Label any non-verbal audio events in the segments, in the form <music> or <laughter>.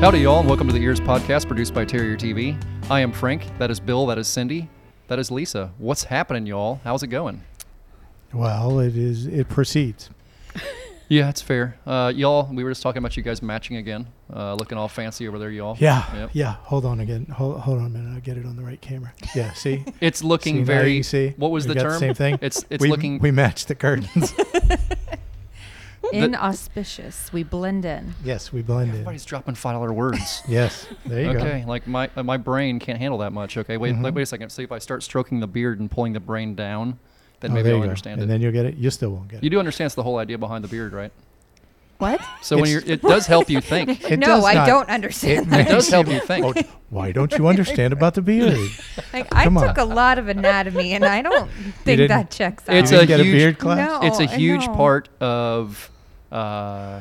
Howdy, y'all, and welcome to the Ears Podcast produced by Terrier TV. I am Frank. That is Bill. That is Cindy. That is Lisa. What's happening, y'all? How's it going? Well, it is. It proceeds. Yeah, it's fair. Uh, y'all, we were just talking about you guys matching again, uh, looking all fancy over there, y'all. Yeah. Yep. Yeah. Hold on again. Hold, hold on a minute. I'll get it on the right camera. Yeah. See. It's <laughs> looking See, now very. you see? What was We the got the term? same thing? It's it's we, looking. We matched <laughs> the curtains. Inauspicious. We blend in. yes, we blended. everybody's dropping five dollar words. Yes. <laughs> There you okay, like my uh, my brain can't handle that much. Okay, wait Mhm. like, wait a second. See if I start stroking the beard and pulling the brain down, go. then Oh, maybe there I'll you go. understand it. And then you'll get it. You still won't get it. you do understand it's the whole idea behind the beard, right? <laughs> What? So when you're, It's- it does help you think. It no, does I not- don't It understand. <laughs> It that. does makes <laughs> help you- you think. Oh, why don't you understand about <laughs> the beard? Like, I Come on. took a lot of anatomy, and I <laughs> don't think didn't- that checks out. You It's didn't a get huge- a beard class. No. it's a I huge know. part of uh,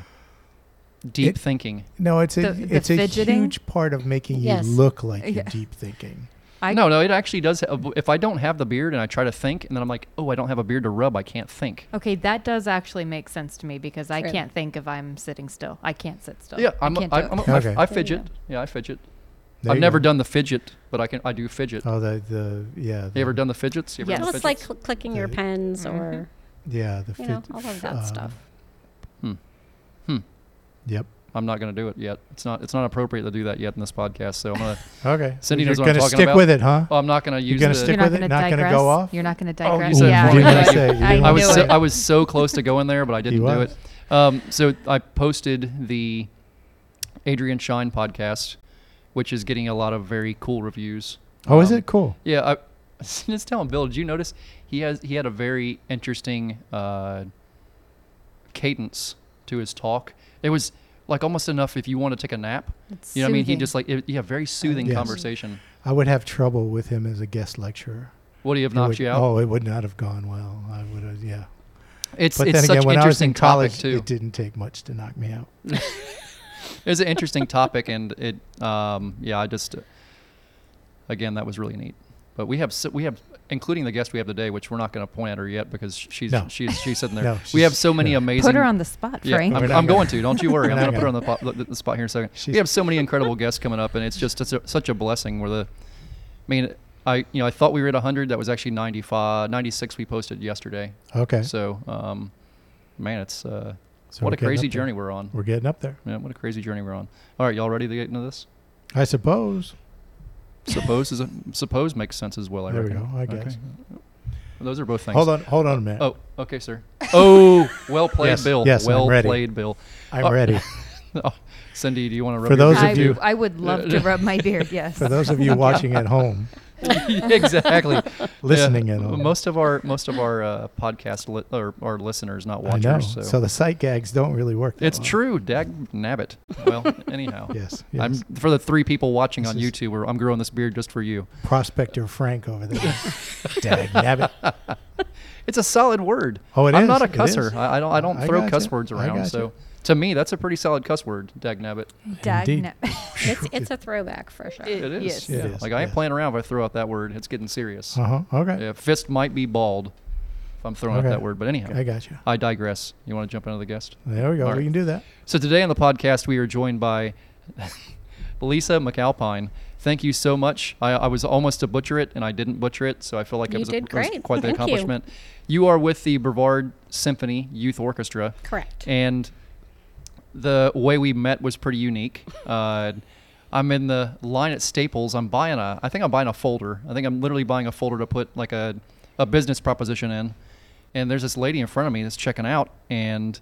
deep It- thinking. No, it's a The- the it's a fidgeting? huge part of making you Yes. look like you're Yeah. deep thinking. I- no, no, it actually does. If I don't have the beard and I try to think, and then I'm like, oh, I don't have a beard to rub, I can't think. Okay, that does actually make sense to me because I True. can't think if I'm sitting still. I can't sit still. Yeah, I I'm. I, can't do it. I'm I- Okay. I you fidget. go. Yeah, I fidget. There I've you never go. done the fidget, but I can. I do fidget. Oh, the the yeah. The, you ever done the fidgets? You ever Yes. done Well, the it's like fidgets? cl- clicking your Yeah. pens Mm-hmm. Mhm. or Yeah, the you know fid- all of that uh, stuff. Hmm. Yep. I'm not going to do it yet. It's not. It's not appropriate to do that yet in this podcast. So I'm gonna. <laughs> Okay. Cindy You're knows what I'm gonna talking stick about. with it, huh? Oh, I'm not going to use gonna the. stick You're not with it, going to not gonna digress. go off? You're not going to Oh, you digress. said yeah, one thing. I knew it. Say, you I didn't I knew was so, it. I was so close to going there, but <laughs> I didn't do was. it. Um, so I posted the Adrian Shine podcast, which is getting a lot of very cool reviews. Oh, is Um, it cool? Yeah, I <laughs> just telling Bill. Did you notice he has he had a very interesting uh, cadence to his talk? It was like almost enough if you want to take a nap. It's You know what I mean? He soothing. just like it, yeah, very soothing Uh, yes. conversation. I would have trouble with him as a guest lecturer. Would he have It knocked would- you out? Oh, it would not have gone well. I would have, yeah. it's But it's then such again, when I was interesting in college, topic too. it didn't take much to knock me out. it was an interesting topic and it um yeah i just uh, again that was really neat but we have so, we have including the guest we have today which we're not going to point at her yet because she's No. she's she's sitting there No, we she's- have so many yeah. amazing Put her on the spot, yeah, Frank. I'm, We're not I'm gonna- going to. Don't you worry. I'm We're going not to put her on the, po- the, the spot here in a second. She's- we have so many incredible guests coming up, and it's just it's a, such a blessing. Where the, I mean, I you know I thought we were at 100. That was actually 95, 96. We posted yesterday. Okay. So, um, man, it's uh, So what we're a getting crazy up there. journey we're on. We're getting up there. Man, what a crazy journey we're on. All right, y'all ready to get into this? I suppose. Suppose is a, <laughs> suppose makes sense as well. I There we reckon. go, I guess. Those are both things. Hold on. Hold on a minute. Oh, okay, sir. Oh, well played, Yes, Bill. yes, I'm well ready. played, Bill. I'm oh. ready. <laughs> Oh, Cindy, do you want to rub For your those I, of you- I would love to rub my <laughs> beard, yes. For those of you watching at home, beard? <laughs> <laughs> <laughs> exactly <laughs> listening Yeah, at home. Most of our most of our uh, podcast li- or our listeners, not I watchers. know. So, the sight gags don't really work. that it's <laughs> well. true. Dag nabbit. Well, anyhow, <laughs> Yes. I'm yes. for the three people watching This on is- YouTube. Where I'm growing this beard just for you. Prospector Frank <laughs> over there. <laughs> Dag nabbit. Uh-huh, It's a solid word. Oh, it I'm is, not a it cusser. is. I, I don't. I don't I throw gotcha, cuss words I around. gotcha. So to me, that's a pretty solid cuss word. Dagnabbit. Dag Indeed. <laughs> na- It's <laughs> it's a throwback for sure. It- It is. yes. Yeah. It is, Like I ain't yes. playing around if I throw out that word. It's getting serious. Uh huh. Okay. Yeah, fist might be bald if I'm throwing Okay. out that word. But anyhow, I got you. I digress. You want to jump into the guest? There we go. All right. We can do that. So today on the podcast, we are joined by <laughs> Lisa McAlpine. Thank you so much. I, I was almost to butcher it, and I didn't butcher it, so I feel like it You was, a- did it was great. quite the Thank you. accomplishment. You. are with the Brevard Symphony Youth Orchestra, Correct. and the way we met was pretty unique. Uh, I'm in the line at Staples. I'm buying a. I think I'm buying a folder. I think I'm literally buying a folder to put like a, a business proposition in. And there's this lady in front of me that's checking out, and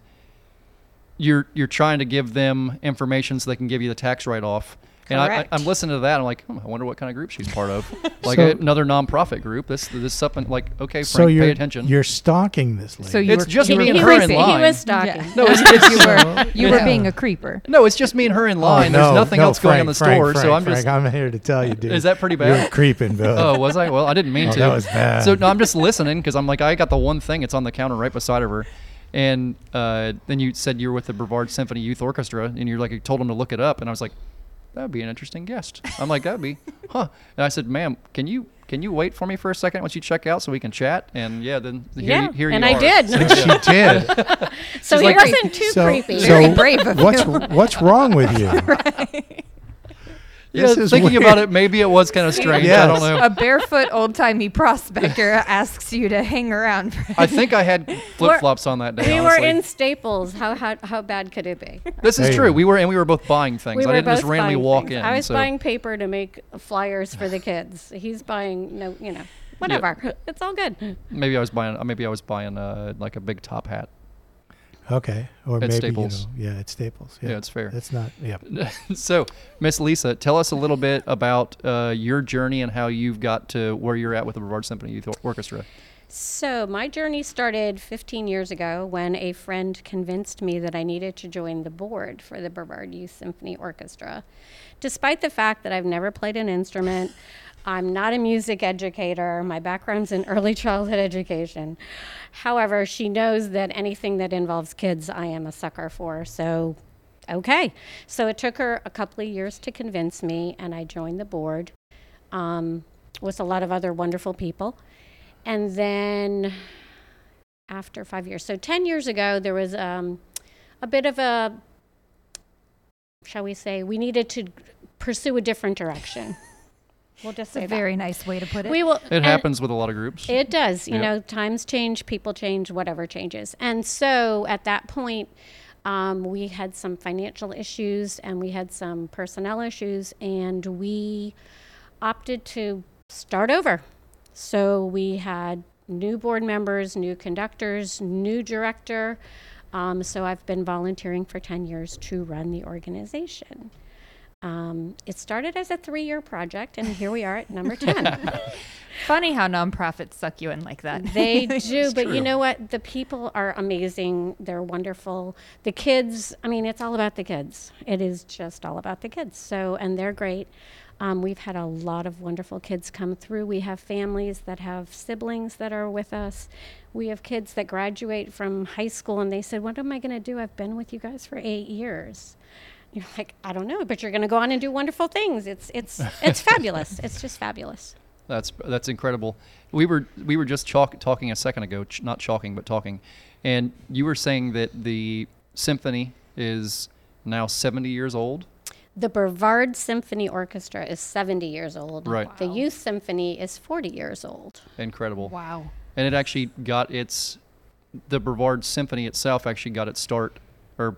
you're you're trying to give them information so they can give you the tax write off. And I, I, Correct. I'm listening to that. I'm like, hmm, I wonder what kind of group she's part of. like So- another nonprofit group. This this something like okay, Frank, so you're pay attention. you're stalking this lady. So you It's were, just you me were and he, her was, in he line. was stalking. No, <laughs> it's, it's you were you were Yeah. being a creeper. no, it's just me and her in line. There's Oh, no, nothing no, else going on in the Frank, store, Frank, so I'm Frank, just I'm here to tell you, dude. Is that pretty You're bad? creeping, Bill. <laughs> Oh, was I? Well, I didn't mean Oh, to. that was bad. So no, I'm just listening because I'm like, I got the one thing. It's on the counter right beside of her. And uh, then you said you were with the Brevard Symphony Youth Orchestra, and you're like, you told them to look it up, and I was like, that would be an interesting guest. I'm like, that would be, <laughs> huh? And I said, ma'am, can you can you wait for me for a second once you check out so we can chat? And yeah, then here, Yeah, you, here and you I are. did. So, and <laughs> she yeah. <laughs> did. <laughs> so She's he like- wasn't too <laughs> so, creepy. so brave of what's what's wrong with you? Yeah, This is thinking weird. about it, maybe it was <laughs> kind of strange. I don't Yes. know. A barefoot old timey <laughs> prospector asks you to hang around. <laughs> For I think I had flip flops on that day. We were honestly. in Staples. How, how how bad could it be? This is There you true. go. We were and we were both buying things. We I were didn't just both randomly buying walk things. in. I was so. buying paper to make flyers for <sighs> the kids. He's buying no, you know, whatever. It's all good. Maybe I was buying. uh, Maybe I was buying uh, like a big top hat. <laughs> Okay. Or At maybe Staples. you know, yeah, it's Staples. Yeah, Yeah, it's fair. That's not yeah. so, Miss Lisa, tell us a little bit about uh, your journey and how you've got to where you're at with the Brevard Symphony Youth Or- Orchestra. So, my journey started 15 years ago when a friend convinced me that I needed to join the board for the Brevard Youth Symphony Orchestra. Despite the fact that I've never played an instrument, I'm not a music educator, my background's in early <laughs> childhood education. However, she knows that anything that involves kids, I am a sucker for. So, okay. So, it took her a couple of years to convince me, and I joined the board um, with a lot of other wonderful people. And then after five years, so 10 years ago, there was um, a bit of a, shall we say, we needed to pursue a different direction. We'll just say a that. very nice way to put it. we will. It and- happens with a lot of groups. it does. You Yep. know, times change, people change, whatever changes. And so at that point, um, we had some financial issues and we had some personnel issues, and we opted to start over. So we had new board members, new conductors, new director. Um, so I've been volunteering for 10 years to run the organization. Um, it started as a three year project, and here we are at number 10. Funny how nonprofits suck you in like that. <laughs> They do, but true. you know what? The people are amazing. They're wonderful. The kids, I mean, it's all about the kids. It is just all about the kids. So, and they're great. Um, we've had a lot of wonderful kids come through. We have families that have siblings that are with us. We have kids that graduate from high school and they said, What am I going to do? I've been with you guys for eight years. You're like, I don't know, but you're going to go on and do wonderful things. It's, it's, it's fabulous. It's just fabulous. That's that's incredible. We were we were just chalk, talking a second ago, ch- not chalking but talking, and you were saying that the symphony is now 70 years old. The Brevard Symphony Orchestra is 70 years old. Right. The Youth Symphony is 40 years old. Incredible. Wow. And it actually got its the Brevard Symphony itself actually got its start or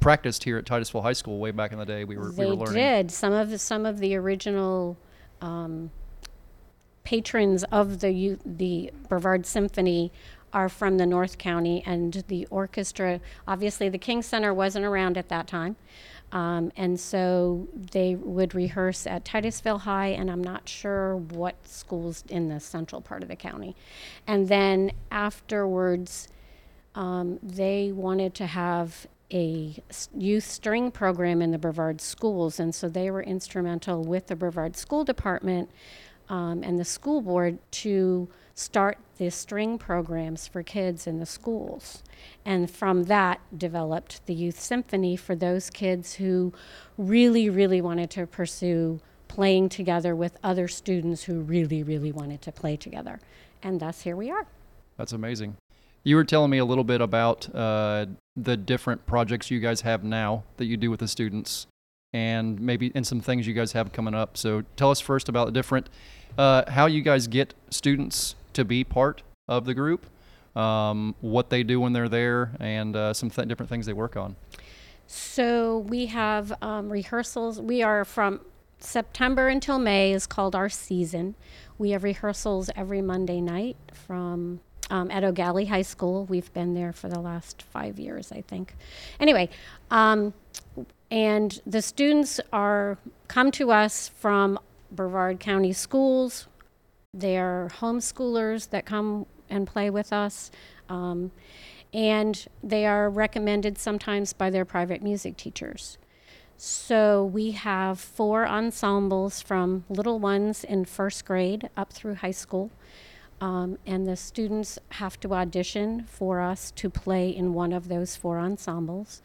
practiced here at Titusville High School way back in the day. We were they we were learning. did. Some of the, some of the original um, patrons of the youth, the Brevard Symphony are from the North County, and the orchestra. Obviously, the King Center wasn't around at that time. Um, and so they would rehearse at Titusville High, and I'm not sure what schools in the central part of the county. And then afterwards, um, they wanted to have a s- youth string program in the Brevard schools, and so they were instrumental with the Brevard School Department um, and the school board to start the string programs for kids in the schools. And from that developed the Youth Symphony for those kids who really, really wanted to pursue playing together with other students who really, really wanted to play together. And thus here we are. That's amazing. You were telling me a little bit about uh, the different projects you guys have now that you do with the students, and maybe and some things you guys have coming up. So tell us first about the different uh, how you guys get students to be part of the group, um, what they do when they're there, and uh, some th- different things they work on. So we have um, rehearsals. We are from September until May is called our season. We have rehearsals every Monday night from um, at O'Galley High School. We've been there for the last five years, I think. Anyway, um, and the students are come to us from Brevard County schools. They're homeschoolers that come and play with us. Um, and they are recommended sometimes by their private music teachers. So we have four ensembles from little ones in first grade up through high school. Um, and the students have to audition for us to play in one of those four ensembles.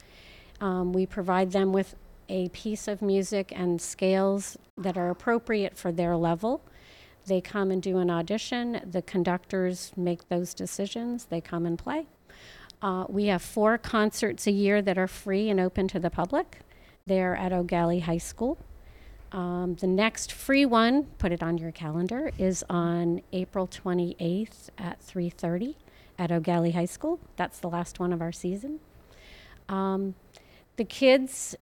Um, we provide them with a piece of music and scales that are appropriate for their level. They come and do an audition. The conductors make those decisions. They come and play. Uh, we have four concerts a year that are free and open to the public. They're at O'Galley High School. Um, the next free one, put it on your calendar, is on April 28th at 3:30 at O'Galley High School. That's the last one of our season. Um, the kids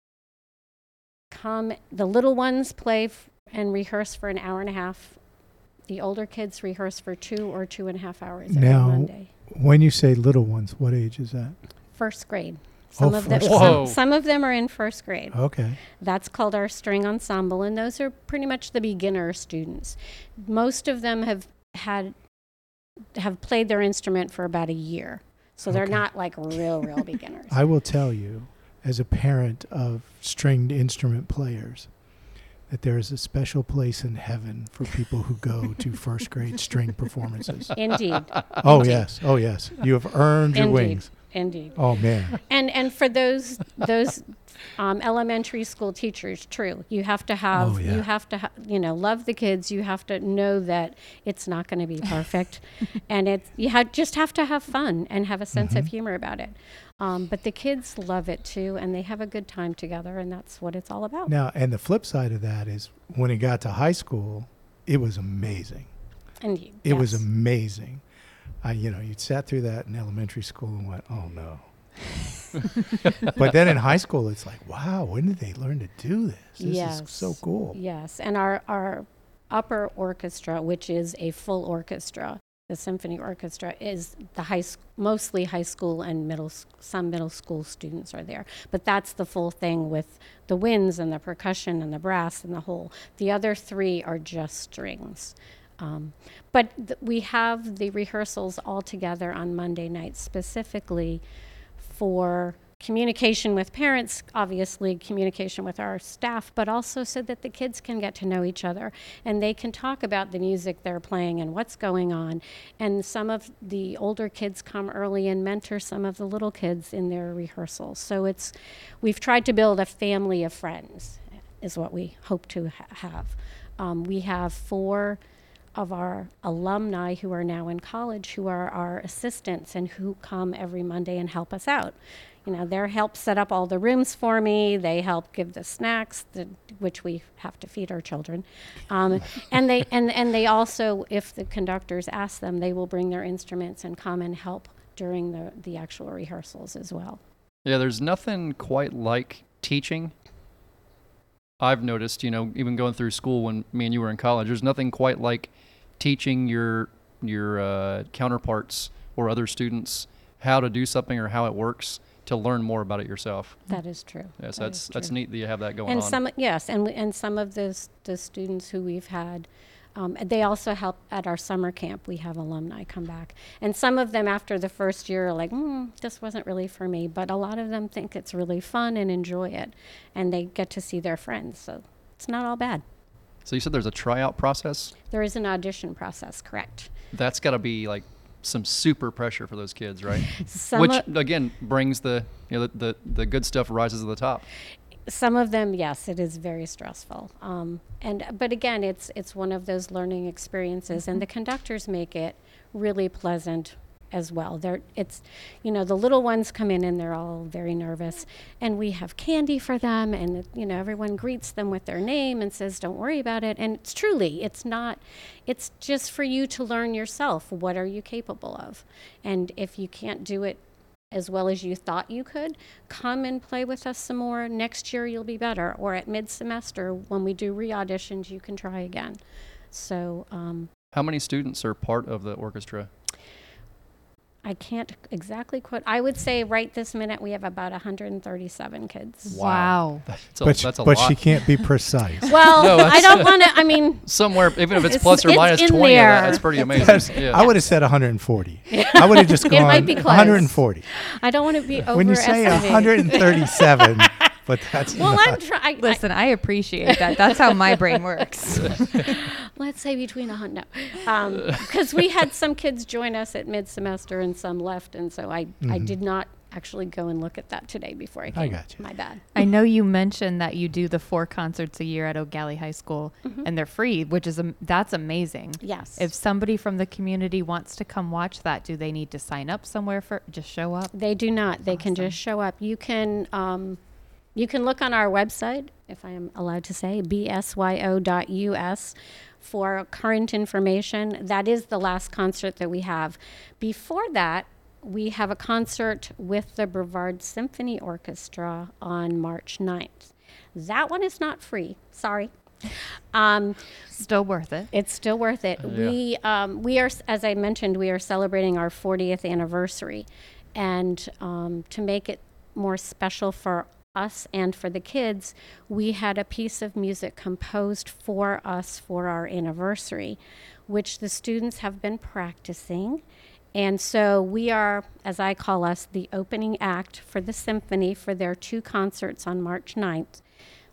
come. The little ones play f- and rehearse for an hour and a half. The older kids rehearse for two or two and a half hours every Now- Monday. When you say little ones, what age is that? First grade. Some of them, Oh, first Oh. grade. some, some of them are in first grade. Okay. That's called our string ensemble, and those are pretty much the beginner students. Most of them have had have played their instrument for about a year, so they're Okay. not like <laughs> real, real beginners. I will tell you, as a parent of stringed instrument players, that there is a special place in heaven for people who <laughs> go to first grade string performances. <laughs> <laughs> Indeed, Oh yes, oh yes, you have earned your Indeed. wings. indeed. Oh <laughs> man, And and for those those um, elementary school teachers, true, you have to have Oh, yeah. you have to ha- you know love the kids. You have to know that it's not going to be <laughs> perfect, and it's you ha- just have to have fun and have a sense Mm-hmm. of humor about it. Um, but the kids love it too, and they have a good time together, and that's what it's all about. Now, and the flip side of that is when it got to high school, it was amazing. And you, It was yes. amazing. I, you know, you sat through that in elementary school and went, oh no. <laughs> but then in high school, it's like, wow, when did they learn to do this? This is Yes. so cool. Yes, and our our upper orchestra, which is a full orchestra, the symphony orchestra, is the high s- mostly high school and middle s- some middle school students are there. But that's the full thing with the winds and the percussion and the brass and the whole. The other three are just strings. Um, but th- we have the rehearsals all together on Monday night specifically for communication with parents, obviously, communication with our staff, but also so that the kids can get to know each other and they can talk about the music they're playing and what's going on. And some of the older kids come early and mentor some of the little kids in their rehearsals. So it's, we've tried to build a family of friends, is what we hope to ha- have. Um, we have four of our alumni who are now in college who are our assistants and who come every Monday and help us out. You know, they help set up all the rooms for me. They help give the snacks, the, which we have to feed our children, um, <laughs> and they and and they also, if the conductors ask them, they will bring their instruments and come and help during the the actual rehearsals as well. Yeah, there's nothing quite like teaching. I've noticed, you know, even going through school when me and you were in college, there's nothing quite like teaching your your uh, counterparts or other students how to do something or how it works to learn more about it yourself. That is true. Hmm. Yes, That that's is that's true. neat that you have that going and on. some yes and we- and some of the s- the students who we've had um, they also help at our summer camp we have alumni come back and some of them after the first year are like mm, this wasn't really for me but a lot of them think it's really fun and enjoy it and they get to see their friends so it's not all bad so you said there's a tryout process. there is an audition process correct That's got to be like some super pressure for those kids, right? <laughs> some Which o- again brings the you know the, the the good stuff rises to the top. some of them yes it is very stressful um, and but again it's it's one of those learning experiences and the conductors make it really pleasant as well they're it's you know the little ones come in and they're all very nervous and we have candy for them and you know everyone greets them with their name and says don't worry about it and it's truly it's not it's just for you to learn yourself what are you capable of and if you can't do it as well as you thought you could, come and play with us some more. Next year you'll be better. Or at mid semester, when we do re auditions, you can try again. So um, How many students are part of the orchestra? I can't exactly quote. I would say right this minute we have about 137 kids. Wow. That's a, but she, that's a but lot. she <laughs> can't be precise. Well, No, I don't want to. I mean, Somewhere, even if it's, It's- plus or it's minus in 20, of that, there. that's pretty amazing. That's- yeah. Oh, I would have said 140. I would have just <laughs> It gone might be close. 140. I don't want to be over. When you say <laughs> 137, but that's Well, not- I'm trying. Listen, I appreciate that. That's how my brain <laughs> works. let's say between a hundred. No, because we had some kids join us at mid semester and some left, and so I I Mhm. did not actually go and look at that today before I came. I got you. My bad. I know you mentioned that you do the four concerts a year at O'Galley High School, Mm-hmm. and they're free, which is am- that's amazing. Yes. If somebody from the community wants to come watch that, do they need to sign up somewhere for just show up? They do not. They can Awesome. just show up. You can um, you can look on our website if I am allowed to say, bsyo.us for current information. That is the last concert that we have. Before that, we have a concert with the Brevard Symphony Orchestra on March 9th. That one is not free. Sorry. Um, Mm-hmm. Still worth it. it's still worth it. yeah. We um, we are, as I mentioned, we are celebrating our 40th anniversary, and um, to make it more special for us and for the kids, we had a piece of music composed for us for our anniversary, which the students have been practicing. And so we are, as I call us, the opening act for the symphony for their two concerts on March 9th.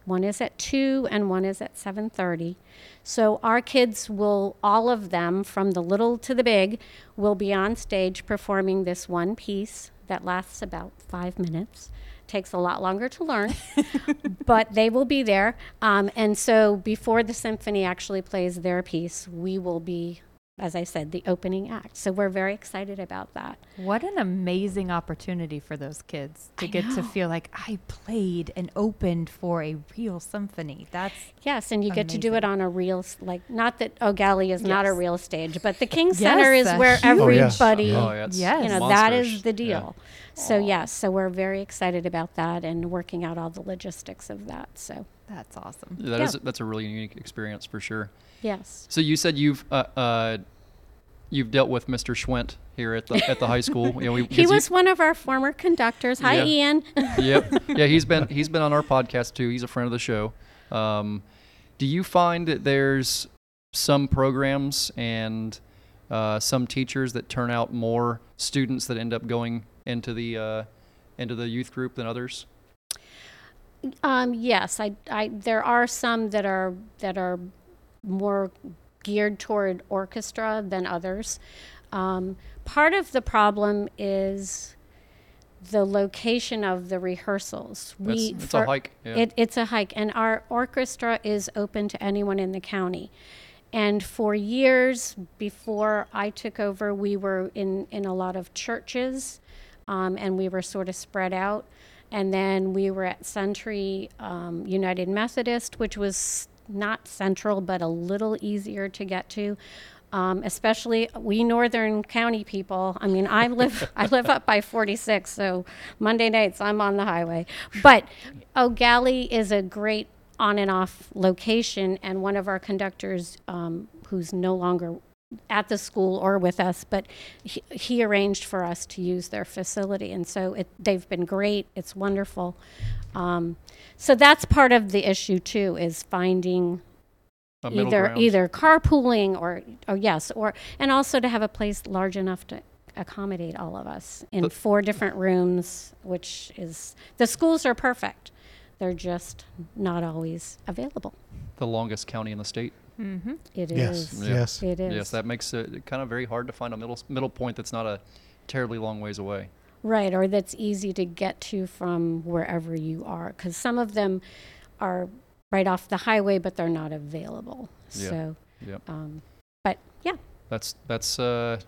One is at 2 and one is at 7:30. So our kids will all of them from the little to the big will be on stage performing this one piece that lasts about 5 minutes. Takes a lot longer to learn, but they will be there. Um, and so before the symphony actually plays their piece, we will be, as I said, the opening act. So we're very excited about that. What an amazing opportunity for those kids to I get know. to feel like I played and opened for a real symphony. That's Yes, and you get to do it Amazing. on a real, s- like, not that O'Galley is not a Yes. real stage, but the King Yes, Center is that's where huge. Oh, yes. everybody, Oh, yeah, it's Yes. you know, that is monsters. the Yeah. deal. So, yes, so we're very excited about that and working out all the logistics of that. So, that's awesome. That Yeah. is- that's a really unique experience for sure. yes. So you said you've uh, uh, you've dealt with Mr. Schwent here at the at the high school. <laughs> You know, we, 'cause He was one of our former conductors. Hi, Yeah. Ian. <laughs> yep. Yeah, he's been he's been on our podcast too. He's a friend of the show. Um, do you find that there's some programs and uh, some teachers that turn out more students that end up going into the uh, into the youth group than others? Um, yes, I, I, there are some that are that are more geared toward orchestra than others. Um, part of the problem is the location of the rehearsals. That's, it's for- a hike. Yeah. it, it's a hike, and our orchestra is open to anyone in the county. And for years before I took over, we were in, in a lot of churches, um, and we were sort of spread out. And then we were at Century um, United Methodist, which was not central, but a little easier to get to. Um, especially we northern county people. I mean, I live <laughs> I live up by 46, so Monday nights I'm on the highway. But O'Galley is a great on and off location, and one of our conductors, um, who's no longer at the school or with us, but he, he arranged for us to use their facility, and so it, they've been great. It's wonderful. Um, so that's part of the issue too, is finding a middle either ground. either carpooling or or yes, or and also to have a place large enough to accommodate all of us in But- four different rooms, which is the schools are perfect. They're just not always available. the longest county in the state. Mm-hmm. It is. <laughs> Yes. Yeah. Yes. It is. Yes, that makes it kind of very hard to find a middle middle point that's not a terribly long ways away. Right, or that's easy to get to from wherever you are, because some of them are right off the highway, but they're not available. Yeah. So, Yep. um, but yeah, That's that's uh,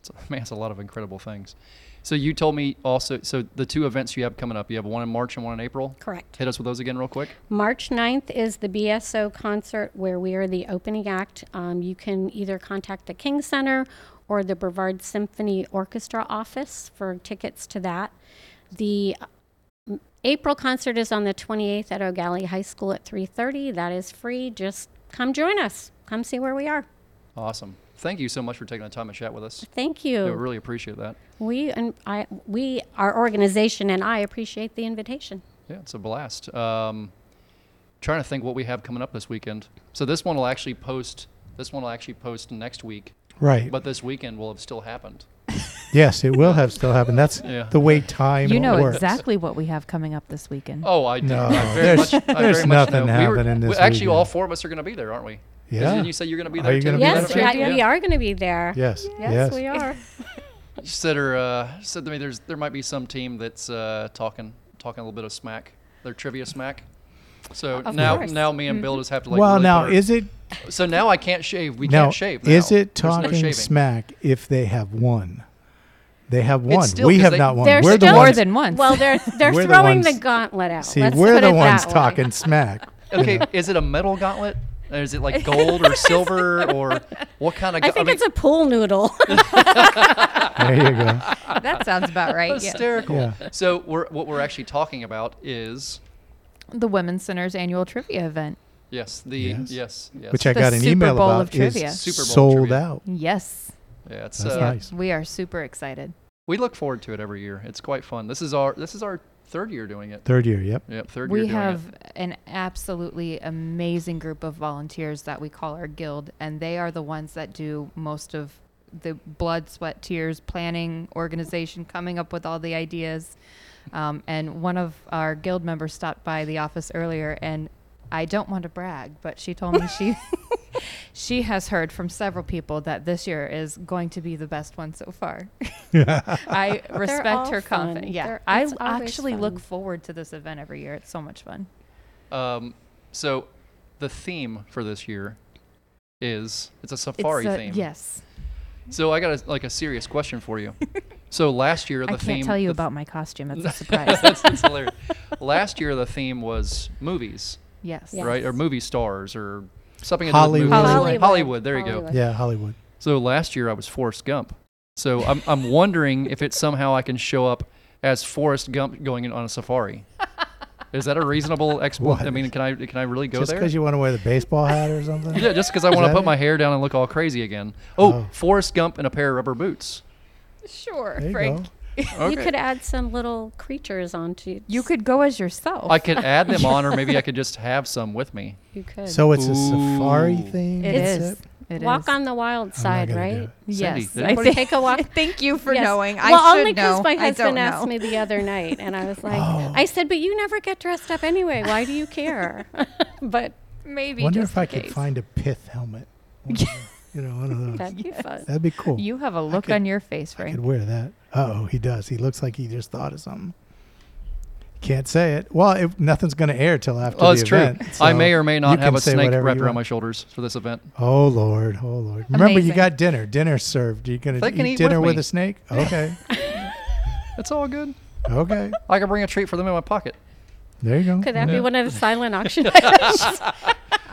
it's, <laughs> man, it's a lot of incredible things. So you told me also. So the two events you have coming up, you have one in March and one in April. correct. Hit us with those again, real quick. March 9th is the BSO concert where we are the opening act. Um, you can either contact the King Center or the Brevard Symphony Orchestra office for tickets to that. The uh, m- April concert is on the 28th at O'Galley High School at 3:30. That is free. Just come join us. Come see where we are. Awesome. Thank you so much for taking the time to chat with us. Thank I you. really appreciate that. we and I we our organization and I appreciate the invitation. Yeah, it's a blast. Um, trying to think what we have coming up this weekend. So this one will actually post. This one will actually post next week, Right. but this weekend will have still happened. yes, it will have still happened. That's <laughs> Yeah. the way time You know works. exactly what we have coming up this weekend. Oh, I do. No, I very there's- much, I there's very much nothing know. happening we were, this we- Actually, all weekend. four of us are going to be there, aren't we? 'Cause Yeah. Didn't you say you're going to be Are there you too? gonna be for that Yes, Yes, event? I, yeah. we are going to be there. Yes. Yes, Yes. <laughs> we are. She said her, uh, said to me, "There's there might be some team that's uh, talking talking a little bit of smack, their trivia smack." So Of now course. Mm-hmm. now me and Bill just have to like. well, really now put our- is it so now I can't shave. We now, can't shave. Is now. it There's no talking shaving. smack if they have won? They have won. still- we 'cause have they- not won. They're We're the still- More ones. than once. <laughs> Well, they're they're We're the throwing the, ones- gauntlet out. see, Let's we're put the it ones that way. talking smack. <laughs> okay, is it a metal gauntlet? Or is it like gold <laughs> or silver or what kind of? I think it's a pool noodle. There you go. that sounds about right. yeah. hysterical. Yeah. So we're, what we're actually talking about is The Women's Center's annual trivia event. yes, the Yes. yes, yes. Which I The got an Super email Bowl about of trivia. is Super Bowl sold trivia. out. Yes. yeah, it's That's uh, nice. We are super excited. we look forward to it every year. It's quite fun. This is our this is our third year doing it. Third year, yep. Yep, third year We doing it. have an absolutely amazing group of volunteers that we call our guild, and they are the ones that do most of the blood, sweat, tears, planning, organization, coming up with all the ideas. Um, and one of our guild members stopped by the office earlier, and I don't want to brag, but she told me <laughs> she she has heard from several people that this year is going to be the best one <laughs> so far. I respect all her fun. confidence. Yeah, They're- I it's always actually look fun. forward to this event every year. It's so much fun. Um, so the theme for this year is it's a safari It's a- theme. Yes. So I got a, like a serious question for you. so last year the I can't theme tell you the about my costume. It's a surprise. that's, that's hilarious. <laughs> Last year the theme was movies, yes. Yeah. right? Or movie stars or something Hollywood. to do with movies. <laughs> Hollywood. Hollywood, There you go. Hollywood. Yeah, Hollywood. So last year I was Forrest Gump. So I'm I'm wondering if it's somehow I can show up as Forrest Gump going in on a safari. Is that a reasonable explanation? I What? mean, can I can I really go Just there? because you want to wear the baseball hat <laughs> or something? Yeah, just because I want that to put it? my hair down and look all crazy again. Oh, Oh. Forrest Gump in a pair of rubber boots. Sure, There you Frank. go. Okay. You could add some little creatures onto. You could go as yourself. I could add them on, or maybe I could just have some with me. You could. So it's a safari Ooh. theme. It that's is. It walk is. on the wild side, gonna do right? it. Cindy, Yes. did I anybody- think, Take a walk. <laughs> thank you for Yes. knowing. well, I should only know. my I don't husband asked know. me the other night, and I <laughs> was like, Oh. I said, but you never get dressed up anyway. Why do you care? but Maybe. Wonder just if I in could case. find a pith helmet. <laughs> One of the- you know, one of those. that'd be fun. That'd be cool. You have a look could- on your face, I Frank. could wear that. Oh, he does. He looks like he just thought of something. Can't say it. Well, if nothing's going to air till after Oh, the it's true. event. I so may or may you not have can a say snake whatever wrapped you around my want. shoulders for this event. Oh Lord, oh Lord! Remember, you Amazing. got dinner. Dinner served. You gonna They eat, can eat dinner with with, me. a snake? <laughs> Okay, It's all good. okay. I could bring a treat for them in my <laughs> pocket. There you go. Could that Yeah. be one of the silent auction? you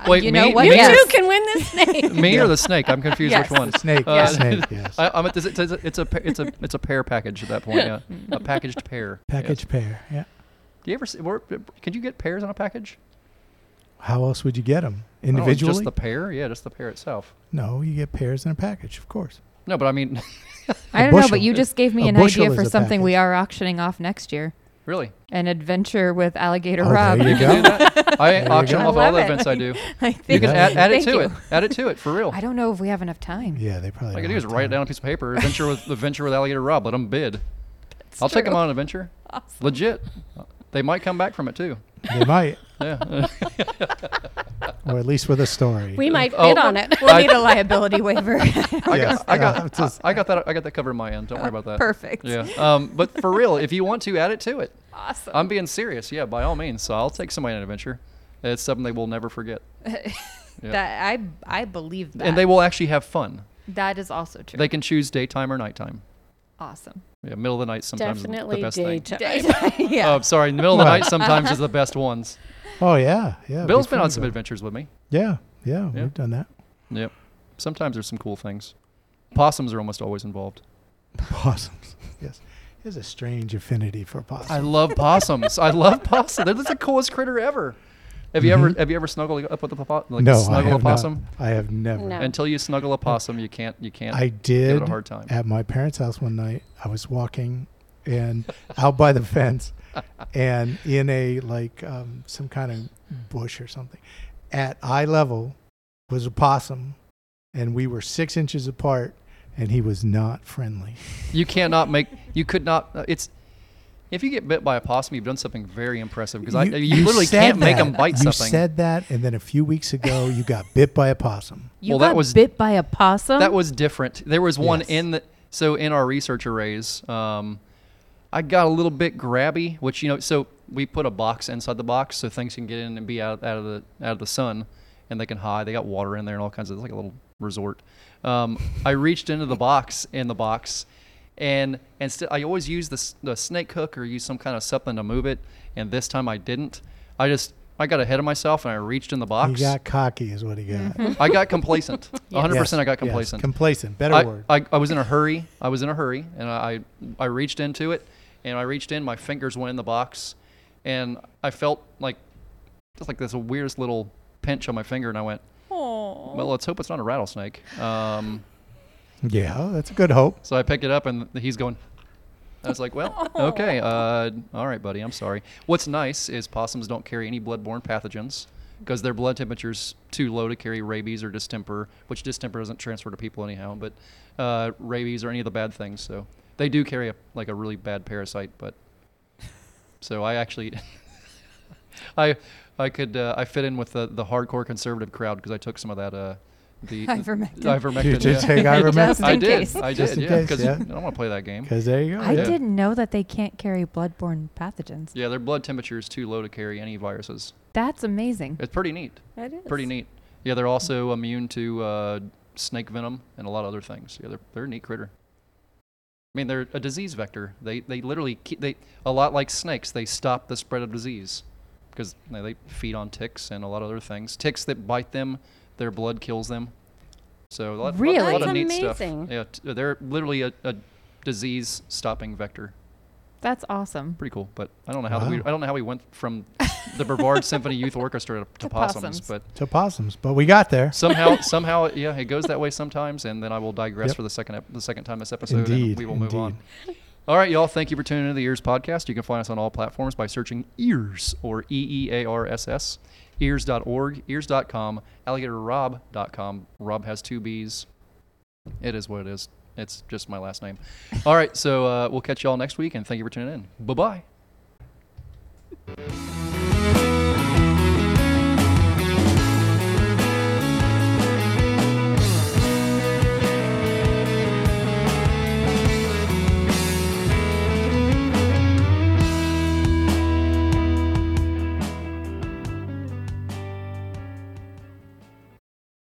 Wait, you me, know what? me, Yes. two can win this <laughs> snake. me or the snake? I'm confused Yes. which one. snake? Uh, snake. <laughs> Yes. I, I'm at this, it's, a, it's a pa- it's a it's a pear package at that point. <laughs> Yeah, a packaged pear. yes. Package pear. Yeah. Do you ever see? Where, could you get pears in a package? How else would you get them? Oh, Individually? just the pear? Yeah, just the pear itself. no, you get pears in a package, of course. No, but I mean, <laughs> I don't know, bushel. but you just gave me A an bushel idea is for a something we package. are auctioning off next year. really. An adventure with Alligator Oh, Rob. <laughs> there you do go. that. I you auction go. off I all love the it. events I do. <laughs> I You think can add, add it Thank to you. it. Add it to it for real. <laughs> I don't know if we have enough time. Yeah, they probably. All I can don't do is have write it time. down on a piece <laughs> of paper. Adventure <laughs> with adventure with alligator Rob. Let them bid. I'll take 'em take them true. on an adventure. Legit. They might come back from it too. <laughs> They <laughs> might, Yeah. or at least with a story. We might Oh. bid on it. We'll <laughs> need a liability <laughs> waiver. I <laughs> Yes. got, I Uh, got, it's just- I got that. I got that covered on my end. Don't worry about that. Perfect. Yeah. Um, but for real, if you want to, add it to it. Awesome. I'm being serious. Yeah, by all means. So I'll take somebody on an adventure. It's something they will never forget, Yeah. That I I believe that. and they will actually have fun. that is also true. They can choose daytime or nighttime. awesome. Yeah, middle of the night sometimes is the Definitely best thing. daytime. <laughs> <laughs> yeah. Oh, sorry. In the middle of the Right. night sometimes is the <laughs> best ones. <laughs> Oh yeah, yeah. it'd Bill's be been fun on to some go. adventures with me. Yeah, yeah, Yeah. we've done that. <laughs> Yep. Sometimes there's some cool things. Possums are almost always involved. Possums. Yes, he has a strange affinity for I possums. love possums. I love possums. They're just the coolest critter ever. Have you ever have you ever snuggled up with a possum? Like no, I snuggle have a possum? not. I have never. No. Until you snuggle a possum, you can't you can't I give did it a hard time. at my parents' house one night. I was walking and <laughs> out by the <laughs> fence and in a like um, some kind of bush or something. At eye level was a possum and we were six inches apart and he was not friendly. You cannot make you could not uh, it's if you get bit by a possum, you've done something very impressive because I you, literally said can't make that. them bite You something. said that and then a few weeks ago you got bit by a possum. You well, got that was- bit by a possum. <laughs> That was different. There was one Yes. in the so in our research arrays, um, I got a little bit grabby, which you know, so we put a box inside the box so things can get in and be out, out of the out of the sun, and they can hide. They got water in there and all kinds of it's like a little resort. Um, I reached into the box in the box. And and st- I always use the, s- the snake hook or use some kind of something to move it, and this time I didn't. I just I got ahead of myself and I reached in the He box. got cocky, is what he got. I got complacent. 100% <laughs> Yes, I got yes, complacent. Complacent, better I, word. I, I was in a hurry. I was in a hurry, and I I reached into it, and I reached in. My fingers went in the box, and I felt like just like this weirdest little pinch on my finger, and I went, Oh. "Well, let's hope it's not a rattlesnake." Um, yeah, that's a good hope. so I picked it up, and he's going. I was like, "Well, okay, uh, all right, buddy. I'm sorry." What's nice is possums don't carry any bloodborne pathogens because their blood temperature's too low to carry rabies or distemper, which distemper doesn't transfer to people anyhow. But uh, rabies or any of the bad things, so they do carry a, like a really bad parasite. But <laughs> so I actually, <laughs> I I could uh, I fit in with the, the hardcore conservative crowd because I took some of that uh, <laughs> the Ivermectin. ivermectin, Did you yeah. take ivermectin? Just <laughs> I in did. case. I Just did. in Yeah, case, because yeah. I don't want to play that game. Because there you go. I Oh, yeah. didn't know that they can't carry bloodborne pathogens. Yeah, their blood temperature is too low to carry any viruses. That's amazing. It's pretty neat. That is. Pretty neat. Yeah, they're also immune to uh, snake venom and a lot of other things. Yeah, they're they're a neat critter. I mean, they're a disease vector. They they literally keep, they a lot like snakes. They stop the spread of disease because they, they feed on ticks and a lot of other things. Ticks that bite them, their blood kills them. So a lot, lot- a Really? lot of That's neat stuff. amazing. Yeah, t- they're literally a, a disease stopping vector. That's awesome. pretty cool. But I don't know how we Wow. I don't know how we went from the Brevard Symphony Youth Orchestra to, <laughs> To possums, possums. but To possums, but we got there. <laughs> somehow somehow yeah, it goes that way sometimes. And then I will digress Yep. for the second ep- the second time this episode, and Indeed, we will move on. indeed. All right, y'all. Thank you for tuning into the Ears podcast. You can find us on all platforms by searching Ears or E E A R S S, ears.org, ears.com, alligatorrob.com. Rob has two B's. It is what it is. It's just my last name. All right, so uh, we'll catch y'all next week, and thank you for tuning in. Bye bye.